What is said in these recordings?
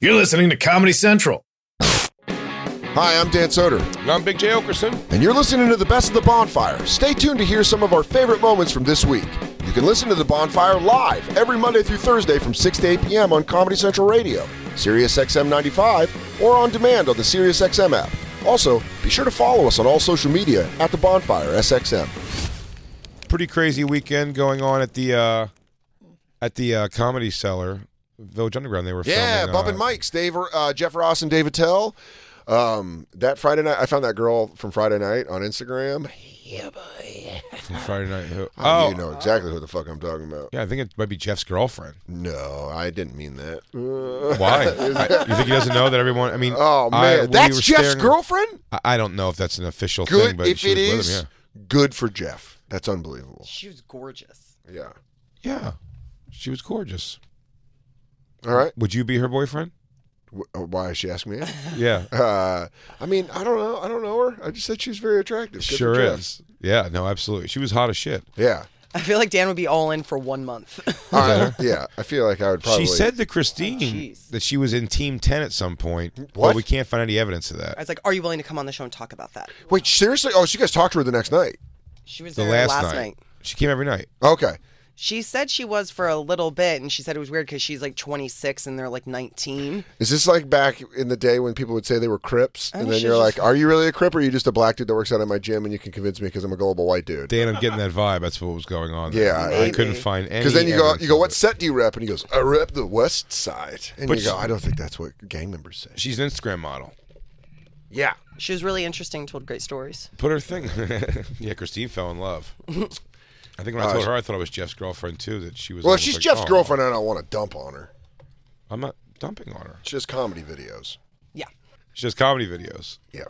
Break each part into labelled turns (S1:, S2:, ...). S1: You're listening to Comedy Central.
S2: Hi, I'm Dan Soder,
S3: And I'm Big J. Okerson.
S2: and you're listening to the best of the bonfire. Stay tuned to hear some of our favorite moments from this week. You can listen to the bonfire live every Monday through Thursday from 6 to 8 p.m. on Comedy Central Radio, Sirius XM 95, or on demand on the Sirius XM app. Also, be sure to follow us on all social media at the bonfire SXM.
S3: Pretty crazy weekend going on at the uh, at the uh, Comedy Cellar, Village Underground. They were
S2: Yeah,
S3: filming,
S2: bumping
S3: uh,
S2: mics. Dave, uh, Jeff Ross and David Tell. Um, that Friday night, I found that girl from Friday night on Instagram.
S3: from Friday night. Who-
S2: Oh,
S3: Oh,
S2: you know exactly who the fuck I'm talking about.
S3: yeah, I think it might be Jeff's girlfriend.
S2: No, I didn't mean that.
S3: Why? I- you think he doesn't know that everyone? I mean,
S2: Oh
S3: I-
S2: man,
S3: we
S2: that's
S3: were
S2: Jeff's
S3: staring-
S2: girlfriend.
S3: I, I don't know if that's an official
S2: Good.
S3: thing, but
S2: if
S3: she
S2: it
S3: was with
S2: is,
S3: him,
S2: good for Jeff. That's unbelievable.
S4: She was gorgeous.
S2: Yeah.
S3: yeah. yeah, she was gorgeous.
S2: All right.
S3: Would you be her boyfriend?
S2: W- uh, Why is she asking me?
S3: Yeah,
S2: Uh, I mean, I don't know. I don't know her. I just said she's very attractive. Good for
S3: sure
S2: Jeff.
S3: is. Yeah, no, absolutely. She was hot as shit.
S2: Yeah.
S4: I feel like Dan would be all in for one month.
S2: All right. yeah. I feel like I would probably. Oh,
S3: She said to Christine
S4: Jeez.
S3: that she was in Team Ten at some point,
S2: What?
S3: but we can't find any evidence of
S4: I
S3: that.
S4: was like, "Are you willing to come on the show and talk about that?"
S2: Wait, seriously? Oh, she guys talked to her the next night.
S4: She was
S3: The
S4: there
S3: last, night.
S4: last, night.
S3: she came every night.
S2: Okay.
S4: She said she was for a little bit, and she said it was weird because she's like 26 and they're like 19.
S2: Is this like back in the day when people would say they were Crips,
S4: I
S2: and
S4: wish
S2: then
S4: she
S2: you're
S4: was
S2: like,
S4: just-
S2: "Are you really a Crip, or are you just a black dude that works out at my gym, and you can convince me because I'm a global white dude?"
S3: Dan, I'm getting that vibe. That's what was going on.
S2: Yeah,
S3: I,
S2: Maybe.
S3: couldn't find any.
S2: Because then you go,
S3: evidence
S2: you go,
S3: of
S2: what
S3: it.
S2: set do you rep? And he goes, I rep the West Side. And
S3: But
S2: you go,
S3: she-
S2: I don't think that's what gang members say.
S3: She's an Instagram model.
S2: Yeah.
S4: She was really interesting, told great stories.
S3: Put her thing. yeah, Christine fell in love. I think when I told her, I thought I was Jeff's girlfriend too. That she was.
S2: Oh, Well, if
S3: almost
S2: she's
S3: like,
S2: Jeff's
S3: "Oh,
S2: girlfriend, I don't want to dump on her.
S3: I'm not dumping on her.
S2: She does comedy videos.
S4: Yeah.
S3: She does comedy videos.
S2: Yeah.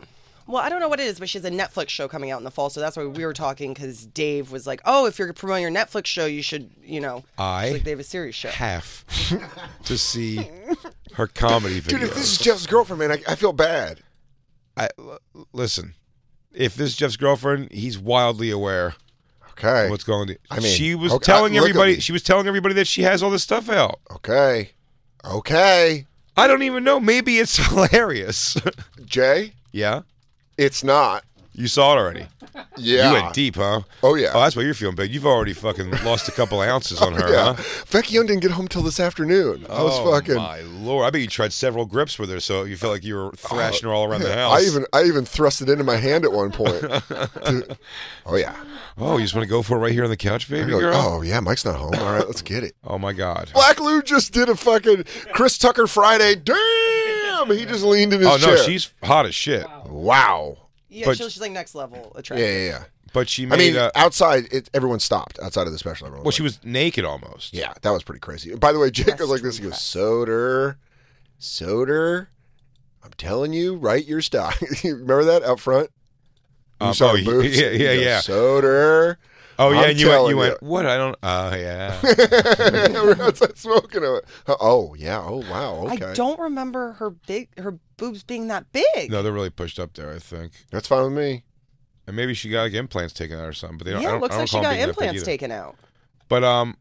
S4: Well, I don't know what it is, but she has a Netflix show coming out in the fall, so that's why we were talking because Dave was like, "Oh, if you're promoting your Netflix show, you should, you know."
S3: I-
S4: She's like they have a series show.
S3: Half to see her comedy videos.
S2: Dude, if this is Jeff's girlfriend, man, I, I feel bad.
S3: I l listen. If this is Jeff's girlfriend, he's wildly aware
S2: Okay.
S3: of what's going. on.
S2: I mean,
S3: she was
S2: okay,
S3: telling
S2: look at
S3: everybody.
S2: me.
S3: She was telling everybody that she has all this stuff out.
S2: okay. Okay.
S3: I don't even know. Maybe it's hilarious.
S2: Jay,
S3: yeah,
S2: it's not.
S3: you saw it already.
S2: Yeah.
S3: You went deep, huh?
S2: Oh, yeah. Oh,
S3: Oh, that's why you're feeling big. You've already fucking lost a couple ounces on her,
S2: Yeah.
S3: huh?
S2: Becky Young didn't get home till this afternoon. I was
S3: oh
S2: fucking. Oh,
S3: my lord! I bet you tried several grips with her, so you felt like you were thrashing her all around the house.
S2: I even I even thrust it into my hand at one point. Dude. Oh yeah.
S3: Oh, you just want to go for it right here on the couch, baby
S2: I go,
S3: girl.
S2: oh yeah, Mike's not home. All right, let's get it.
S3: Oh my god.
S2: Black Lou just did a fucking Chris Tucker Friday. Damn, he just leaned in his
S3: Oh no,
S2: chair.
S3: she's hot as shit.
S2: wow.
S4: Yeah,
S3: But-
S4: she's, she's like next level
S2: Yeah,
S4: attractive.
S2: yeah, yeah.
S3: But she made.
S2: I mean,
S3: uh,
S2: outside, it, everyone stopped outside of the special. Everyone.
S3: well, she
S2: left.
S3: was naked almost.
S2: Yeah, that was pretty crazy. By the way, Jake goes like this. He goes, "Soder, Soder, I'm telling you, write your stock." You Remember that out front? You
S3: Um,
S2: saw
S3: oh,
S2: her
S3: he-
S2: boobs?
S3: yeah, yeah,
S2: He goes,
S3: yeah.
S2: Soder.
S3: Oh yeah,
S2: I'm
S3: and you went.
S2: telling
S3: You
S2: you.
S3: went. What? I don't. Oh yeah.
S2: We're outside smoking. on it. Oh yeah. Oh wow. Okay.
S4: I don't remember her big her boobs being that big.
S3: no, they're really pushed up there. I think.
S2: That's fine with me.
S3: And maybe she got like implants taken out or something. But they don't. I
S4: yeah,
S3: don't,
S4: it looks
S3: I don't
S4: like she
S3: recall
S4: got
S3: being that big
S4: implants
S3: either.
S4: taken out.
S3: But um,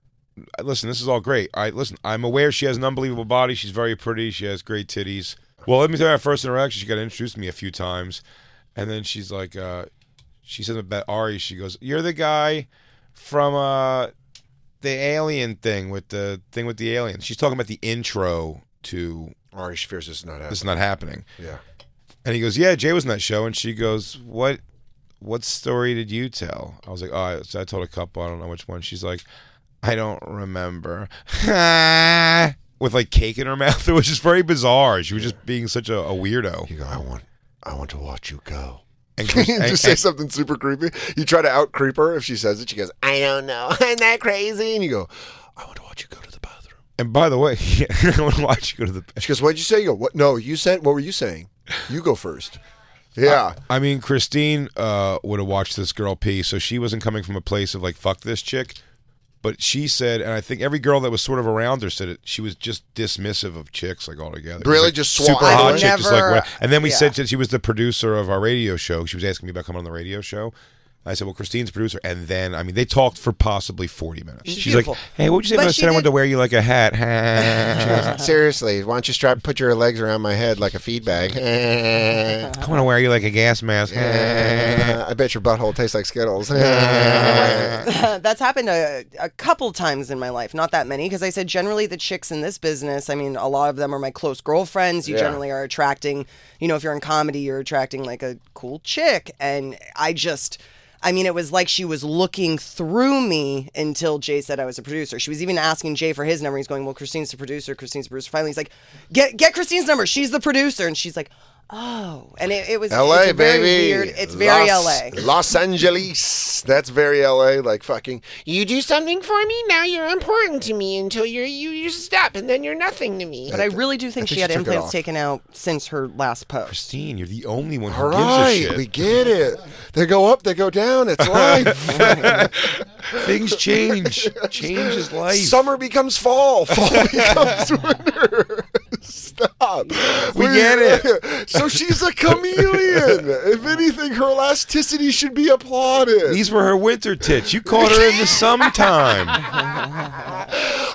S3: listen, this is all great. I listen. I'm aware she has an unbelievable body. She's very pretty. She has great titties. Well, let me tell you, our first interaction, she got introduced to me a few times, and then she's like, uh, she says about Ari. She goes, "You're the guy from uh, the alien thing with the thing with the alien." She's talking about the intro to
S2: Ari Shaffir's just not
S3: "This Is
S2: happening.
S3: Not Happening,"
S2: Yeah.
S3: and he goes, "Yeah, Jay was in that show," and she goes, "What?" What story did you tell? I was like, oh, I, so I told a couple. I don't know which one. She's like, I don't remember. With like cake in her mouth, it was just very bizarre. She was just being such a, a weirdo.
S2: You go, I want, I want to watch you go.
S3: And,
S2: Can you
S3: and-
S2: just say
S3: and-
S2: something super creepy? You try to out creep her. If she says it, she goes, I don't know. I'm that crazy. And you go, I want to watch you go to the bathroom.
S3: And by the way, I want to watch you go to the
S2: She goes, "What'd you say?" You go, "What? No, you said. What were you saying? You go first. Yeah,
S3: I mean, Christine uh, would have watched this girl pee, so she wasn't coming from a place of like "fuck this chick," but she said, and I think every girl that was sort of around her said it. She was just dismissive of chicks like altogether.
S2: Really?
S3: Like,
S2: Just
S3: super
S2: swat
S3: hot
S2: it?
S3: chick, just like.
S4: Never-
S3: what- And then we said
S4: yeah.
S3: that she was the producer of our radio show. She was asking me about coming on the radio show. I said, "Well, Christine's producer," and then I mean, they talked for possibly forty minutes.
S4: She's
S3: She's like,
S4: beautiful.
S3: "Hey, what would you say
S4: But
S3: if I
S4: she
S3: said I wanted
S4: did-
S3: to wear you like a hat?" I
S2: seriously. Why don't you strap put your legs around my head like a feed bag?
S3: want to wear you like a gas mask.
S2: I bet your butthole tastes like Skittles. yeah,
S4: That's happened a, a couple times in my life, not that many, because I said generally the chicks in this business, I mean, a lot of them are my close girlfriends. You
S2: Yeah.
S4: generally are attracting, you know, if you're in comedy, you're attracting like a cool chick. And I just, I mean, it was like she was looking through me until Jay said I was a producer. She was even asking Jay for his number. He's going, Well, Christine's the producer. Christine's the producer. Finally, he's like, Get, get Christine's number. She's the producer. And she's like, Oh, and it, it was
S2: L.A.
S4: it's a very
S2: baby.
S4: Weird. It's very
S2: Los-
S4: LA.
S2: Los Angeles. That's very LA. Like fucking.
S5: You do something for me, now you're important to me until you're you you stop and then you're nothing to me.
S4: But I really do
S2: think
S4: think, she
S2: she
S4: had
S2: took it
S4: implants
S2: off.
S4: taken out since her last post.
S3: Christine, you're the only one who
S2: All
S3: gives
S2: right,
S3: a
S2: we
S3: shit.
S2: get it. They go up, they go down. It's life.
S3: Things change. change is life.
S2: Summer becomes fall. Fall becomes winter. Stop.
S3: We get
S2: it. So she's a chameleon. if anything, her elasticity should be applauded.
S3: These were her winter tits. You caught her in the summertime.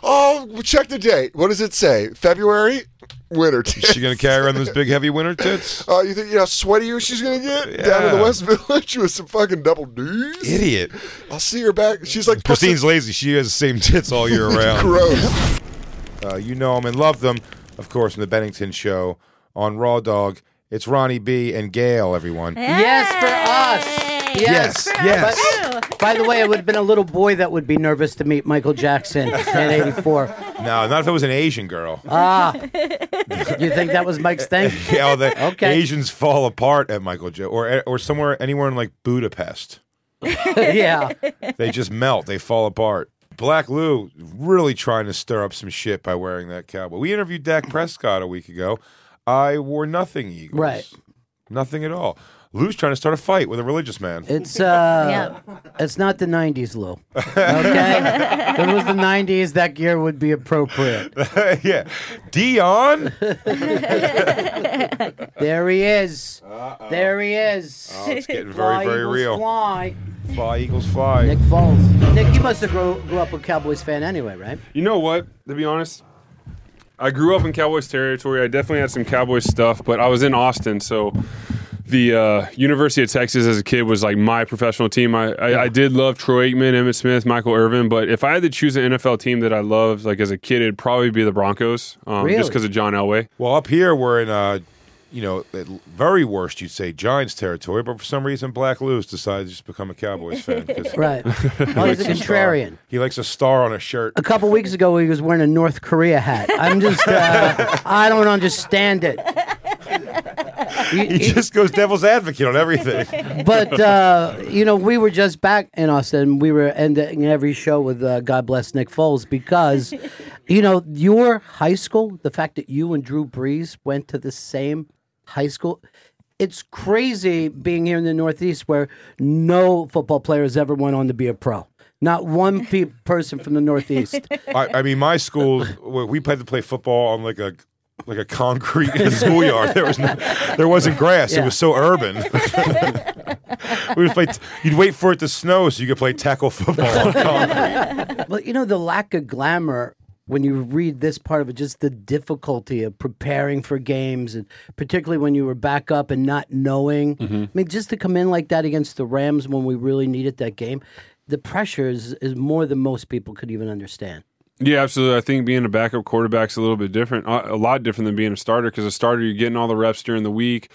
S2: oh, check the date. What does it say? February, winter.
S3: Is she gonna carry around those big heavy winter tits?
S2: Oh, you think you know how sweatier she's gonna get down in the
S3: Yeah.
S2: West Village with some fucking double D's?
S3: Idiot.
S2: I'll see her back. She's like
S3: Christine's lazy. She has the same tits all year round.
S2: gross.
S3: Uh, you know them and love them, of course, from the Bennington Show on Raw Dog. It's Ronnie B and Gail, everyone.
S6: Yes, for us. Yes.
S3: yes.
S6: By the way, it would have been a little boy that would be nervous to meet Michael Jackson in '84.
S3: No, not if it was an Asian girl.
S6: Ah. You think that was Mike's thing?
S3: Yeah, the
S6: Okay.
S3: Asians fall apart at Michael Joe or or somewhere anywhere in like Budapest.
S6: yeah.
S3: They just melt. They fall apart. Black Lou really trying to stir up some shit by wearing that cowboy. We interviewed Dak Prescott a week ago. I wore nothing Eagles.
S6: Right.
S3: Nothing at all. Lou's trying to start a fight with a religious man.
S6: It's uh, it's not the '90s, Lou. Okay, if it was the '90s, that gear would be appropriate.
S3: yeah. Dion? Oh,
S6: There he is. There he is.
S3: Oh, it's getting
S6: Fly,
S3: very, very
S6: Eagles,
S3: real.
S6: Fly.
S3: Fly, Eagles, fly.
S6: Nick Foles. Nick, you must have grew, grew up a Cowboys fan anyway, right?
S7: You know what? To be honest, I grew up in Cowboys territory. I definitely had some Cowboys stuff, but I was in Austin, so the uh, University of Texas as a kid was like my professional team. I, I, I did love Troy Aikman, Emmett Smith, Michael Irvin, but if I had to choose an NFL team that I loved, like as a kid, it'd probably be the Broncos, um,
S6: Really?
S7: just because of John Elway.
S3: Well, up here we're in uh you know, at very worst you'd say Giants territory, but for some reason Black Lou's decided to just become a Cowboys fan. 'cause
S6: Right. Oh, he's a contrarian.
S3: He likes a star on a shirt.
S6: A couple weeks ago, he was wearing a North Korea hat. I'm just, uh, I don't understand it. You-
S3: He
S6: you-
S3: just goes devil's advocate on everything.
S6: but uh, you know, we were just back in Austin. We were ending every show with uh, "God Bless Nick Foles" because, you know, your high school. The fact that you and Drew Brees went to the same high school. It's crazy being here in the Northeast where no football player has ever went on to be a pro. Not one pe- person from the Northeast.
S3: I, I mean, my school, we we had to play football on like a like a concrete in a schoolyard. There was no, there wasn't grass. It
S6: Yeah.
S3: was so urban. we would play. t- you'd wait for it to snow so you could play tackle football on concrete.
S6: Well, you know, the lack of glamour when you read this part of it, just the difficulty of preparing for games, and particularly when you were back up and not knowing.
S8: Mm-hmm.
S6: I mean, just to come in like that against the Rams when we really needed that game, the pressure is, is more than most people could even understand.
S7: Yeah, absolutely. I think being a backup quarterback's a little bit different, uh, a a lot different than being a starter because a starter you're getting all the reps during the week.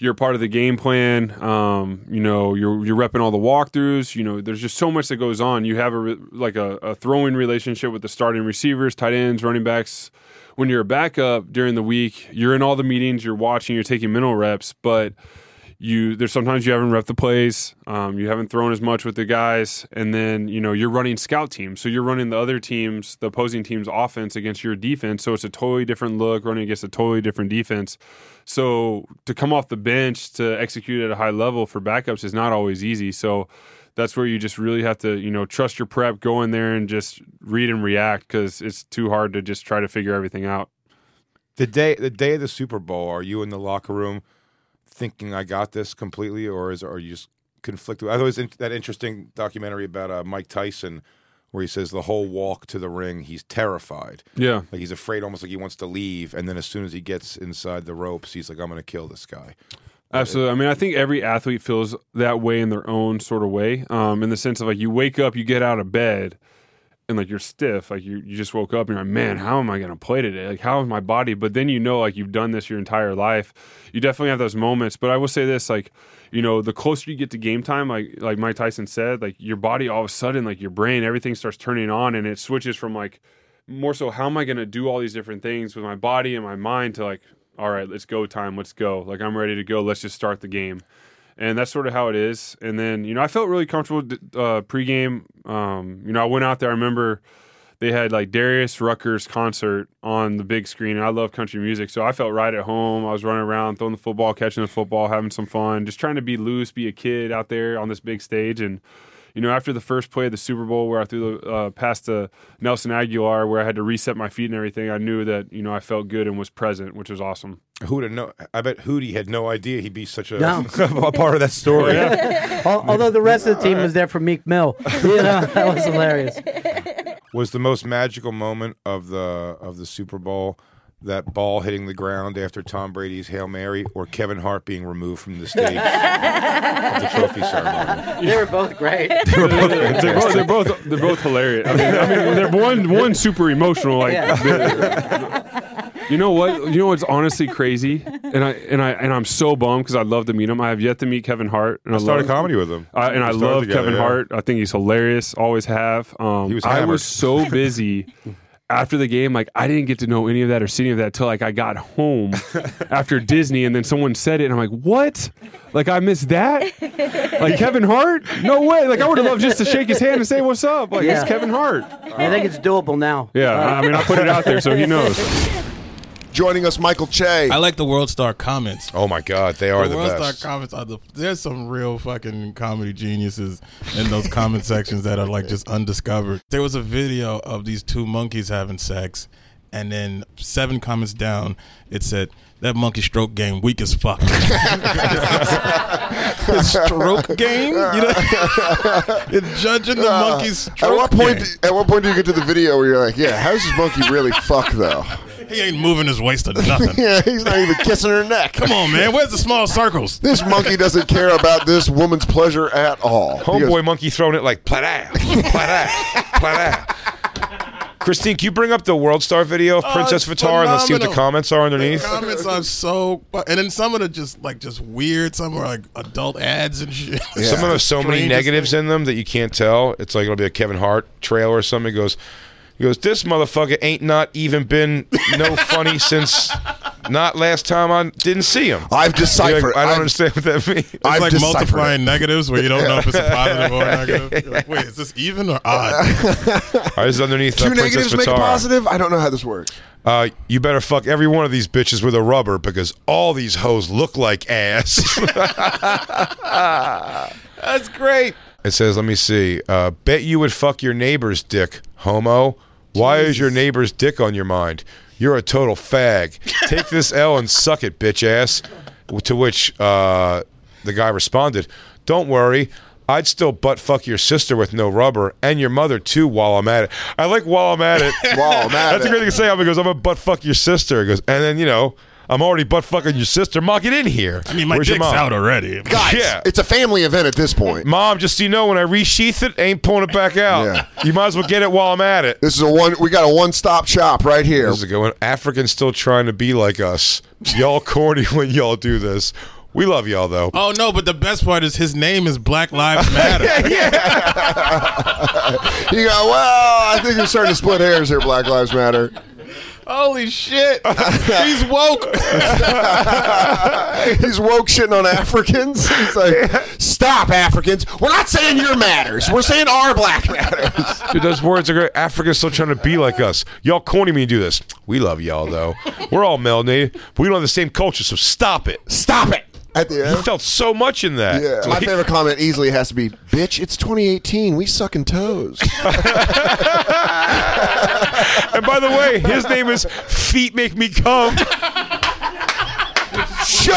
S7: You're part of the game plan. Um, you know, you're you're repping all the walkthroughs. You know, there's just so much that goes on. You have a re- like a, a throwing relationship with the starting receivers, tight ends, running backs. When you're a backup during the week, you're in all the meetings, you're watching, you're taking mental reps, but you there's sometimes you haven't rep the plays, um, you haven't thrown as much with the guys, and then you know you're running scout teams, so you're running the other teams, the opposing team's offense against your defense, so it's a totally different look running against a totally different defense. So to come off the bench to execute at a high level for backups is not always easy. So that's where you just really have to you know trust your prep, go in there and just read and react because it's too hard to just try to figure everything out.
S3: The day the day of the Super Bowl, are you in the locker room thinking I got this completely, or is are you just conflicted? I thought it was in, that interesting documentary about uh, Mike Tyson where he says the whole walk to the ring, he's terrified.
S7: Yeah.
S3: Like he's afraid, almost like he wants to leave, and then as soon as he gets inside the ropes, he's like, "I'm going to kill this guy."
S7: Absolutely. I mean, I think every athlete feels that way in their own sort of way, um, in the sense of like you wake up, you get out of bed, and like you're stiff, like you you just woke up, and you're like, man, how am I going to play today? Like, how is my body? But then you know, like you've done this your entire life. You definitely have those moments. But I will say this, like you know, the closer you get to game time, like like Mike Tyson said, like your body all of a sudden, like your brain, everything starts turning on, and it switches from like more so how am I going to do all these different things with my body and my mind to like, all right, let's go time, let's go. Like I'm ready to go. Let's just start the game. And that's sort of how it is. And then you know I felt really comfortable d- uh, pregame. Um, you know I went out there. I remember they had like Darius Rucker's concert on the big screen. And I love country music, so I felt right at home. I was running around, throwing the football, catching the football, having some fun, just trying to be loose, be a kid out there on this big stage. And you know, after the first play of the Super Bowl where I threw the uh, pass to Nelson Aguilar, where I had to reset my feet and everything, I knew that you know I felt good and was present, which was awesome.
S3: Who'd have know? I bet Hootie had no idea he'd be such a,
S6: No.
S3: a part of that story.
S6: Al- Although the rest of the team was there for Meek Mill. You know, that was hilarious.
S3: was the most magical moment of the of the Super Bowl that ball hitting the ground after Tom Brady's Hail Mary or Kevin Hart being removed from the stage of the trophy ceremony.
S6: They were both great.
S3: They're both
S7: They're both,
S3: fantastic.
S7: they're both they're both hilarious. I mean, I mean, they're one one super emotional. Like, you know what? You know what's honestly crazy, and I and I and I'm so bummed because I'd love to meet him. I have yet to meet Kevin Hart, and I,
S3: Started
S7: love-
S3: comedy with him.
S7: I, and I
S3: Started
S7: love
S3: together,
S7: Kevin
S3: yeah.
S7: Hart. I think he's hilarious. Always have. Um,
S3: He was
S7: I
S3: hammered.
S7: was so busy after the game. Like I didn't get to know any of that or see any of that till like I got home after Disney, and then someone said it, and I'm like, what? Like I missed that? Like Kevin Hart? No way! Like I would have loved just to shake his hand and say what's up. Like
S6: Yeah.
S7: it's Kevin Hart.
S6: I think it's doable now.
S7: Yeah, I mean I put it out there so he knows.
S2: Joining us, Michael Che.
S8: I like the World Star comments.
S3: Oh my God, they are
S8: the
S3: the
S8: World
S3: best.
S8: Star comments are the. There's some real fucking comedy geniuses in those comment sections that are like just undiscovered. There was a video of these two monkeys having sex, and then seven comments down, it said that monkey stroke game weak as fuck. The stroke game, you know, You're judging the
S2: Uh,
S8: monkey's stroke.
S2: at what point?
S8: game.
S2: At what point do you get to the video where you're like, "Yeah, how does this monkey really fuck though?
S8: he ain't moving his waist or nothing.
S2: Yeah, he's not even kissing her neck.
S8: Come on, man. Where's the small circles?
S2: This monkey doesn't care about this woman's pleasure at all. He
S3: Homeboy
S2: goes,
S3: monkey throwing it like plata, plata, plata. Christine, can you bring up the World Star video of Princess
S8: Oh, it's
S3: Vitar and let's see what the
S8: phenomenal.
S3: comments are underneath?
S8: The comments are so, fu- and then some of the just like just weird. Some are like adult ads and shit.
S3: Some of them have so many
S8: Strangest
S3: negatives
S8: thing.
S3: in them that you can't tell. It's like it'll be a Kevin Hart trailer or something. It goes, he goes, this motherfucker ain't not even been no funny since not last time I didn't see him.
S2: I've
S3: You're like,
S2: deciphered.
S3: I don't
S2: I've-
S3: understand what that means.
S8: It's
S2: I've
S8: like
S2: deciphered
S8: multiplying negatives where you don't know if it's a positive or a negative. You're like, wait, is this even or odd?
S3: All right, this is underneath
S2: Two
S3: uh, Princess
S2: negatives make a
S3: Vitar.
S2: positive. I don't know how this works.
S3: Uh, you better fuck every one of these bitches with a rubber because all these hoes look like ass.
S2: That's great.
S3: It says, let me see. Uh, bet you would fuck your neighbor's dick, homo. Why is your neighbor's dick on your mind? You're a total fag. Take this L and suck it, bitch ass. To which uh, the guy responded, Don't worry. I'd still butt fuck your sister with no rubber and your mother too while I'm at it. I like while I'm at it.
S2: While I'm at
S3: That's a
S2: it.
S3: great thing to say. I'm because I'm gonna butt fuck your sister. He goes, and then you know, I'm already butt fucking your sister. Mom, get in here.
S8: I mean, my
S3: Where's your
S8: dick's
S3: mom?
S8: out already.
S2: Guys,
S3: Yeah.
S2: it's a family event at this point.
S3: Mom, just so you know, when I resheath it, I ain't pulling it back out.
S2: Yeah.
S3: You might as well get it while I'm at it.
S2: This is a one. We got a one-stop shop right here.
S3: This is going. Africans still trying to be like us. Y'all corny when y'all do this. We love y'all though.
S8: Oh no, but the best part is his name is Black Lives Matter.
S2: You go. Well, I think you're starting to split hairs here. Black Lives Matter.
S3: Holy shit! He's woke.
S2: He's woke shitting on Africans. He's like, stop, Africans. We're not saying your matters. We're saying our black matters.
S3: Dude, those words are great. Africa's still trying to be like us. Y'all corny me and do this. We love y'all though. We're all melanated, but we don't have the same culture. So stop it.
S2: Stop it. At the
S3: He
S2: end.
S3: felt so much in that.
S2: Yeah. My
S3: Like-
S2: favorite comment easily has to be, bitch, it's 2018. We sucking toes.
S3: and by the way, his name is Feet Make Me Come.
S2: Shut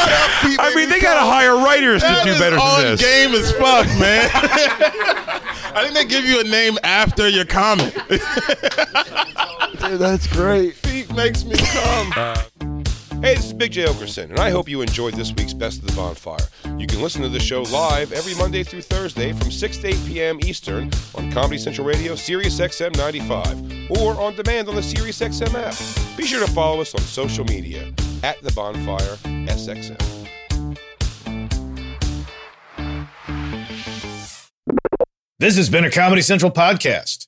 S2: up, feet.
S3: I mean, they gotta hire writers to
S9: That
S3: do
S9: is
S3: better
S9: on
S3: than this.
S9: game as fuck, man. I think they give you a name after your comment.
S2: Dude, that's great.
S9: Feet makes me come.
S3: Uh, Hey, this is Big J. Okerson, and I hope you enjoyed this week's Best of the Bonfire. You can listen to the show live every Monday through Thursday from 6 to 8 p.m. Eastern on Comedy Central Radio, Sirius XM 95, or on demand on the Sirius XM app. Be sure to follow us on social media at The Bonfire SXM.
S1: This has been a Comedy Central podcast.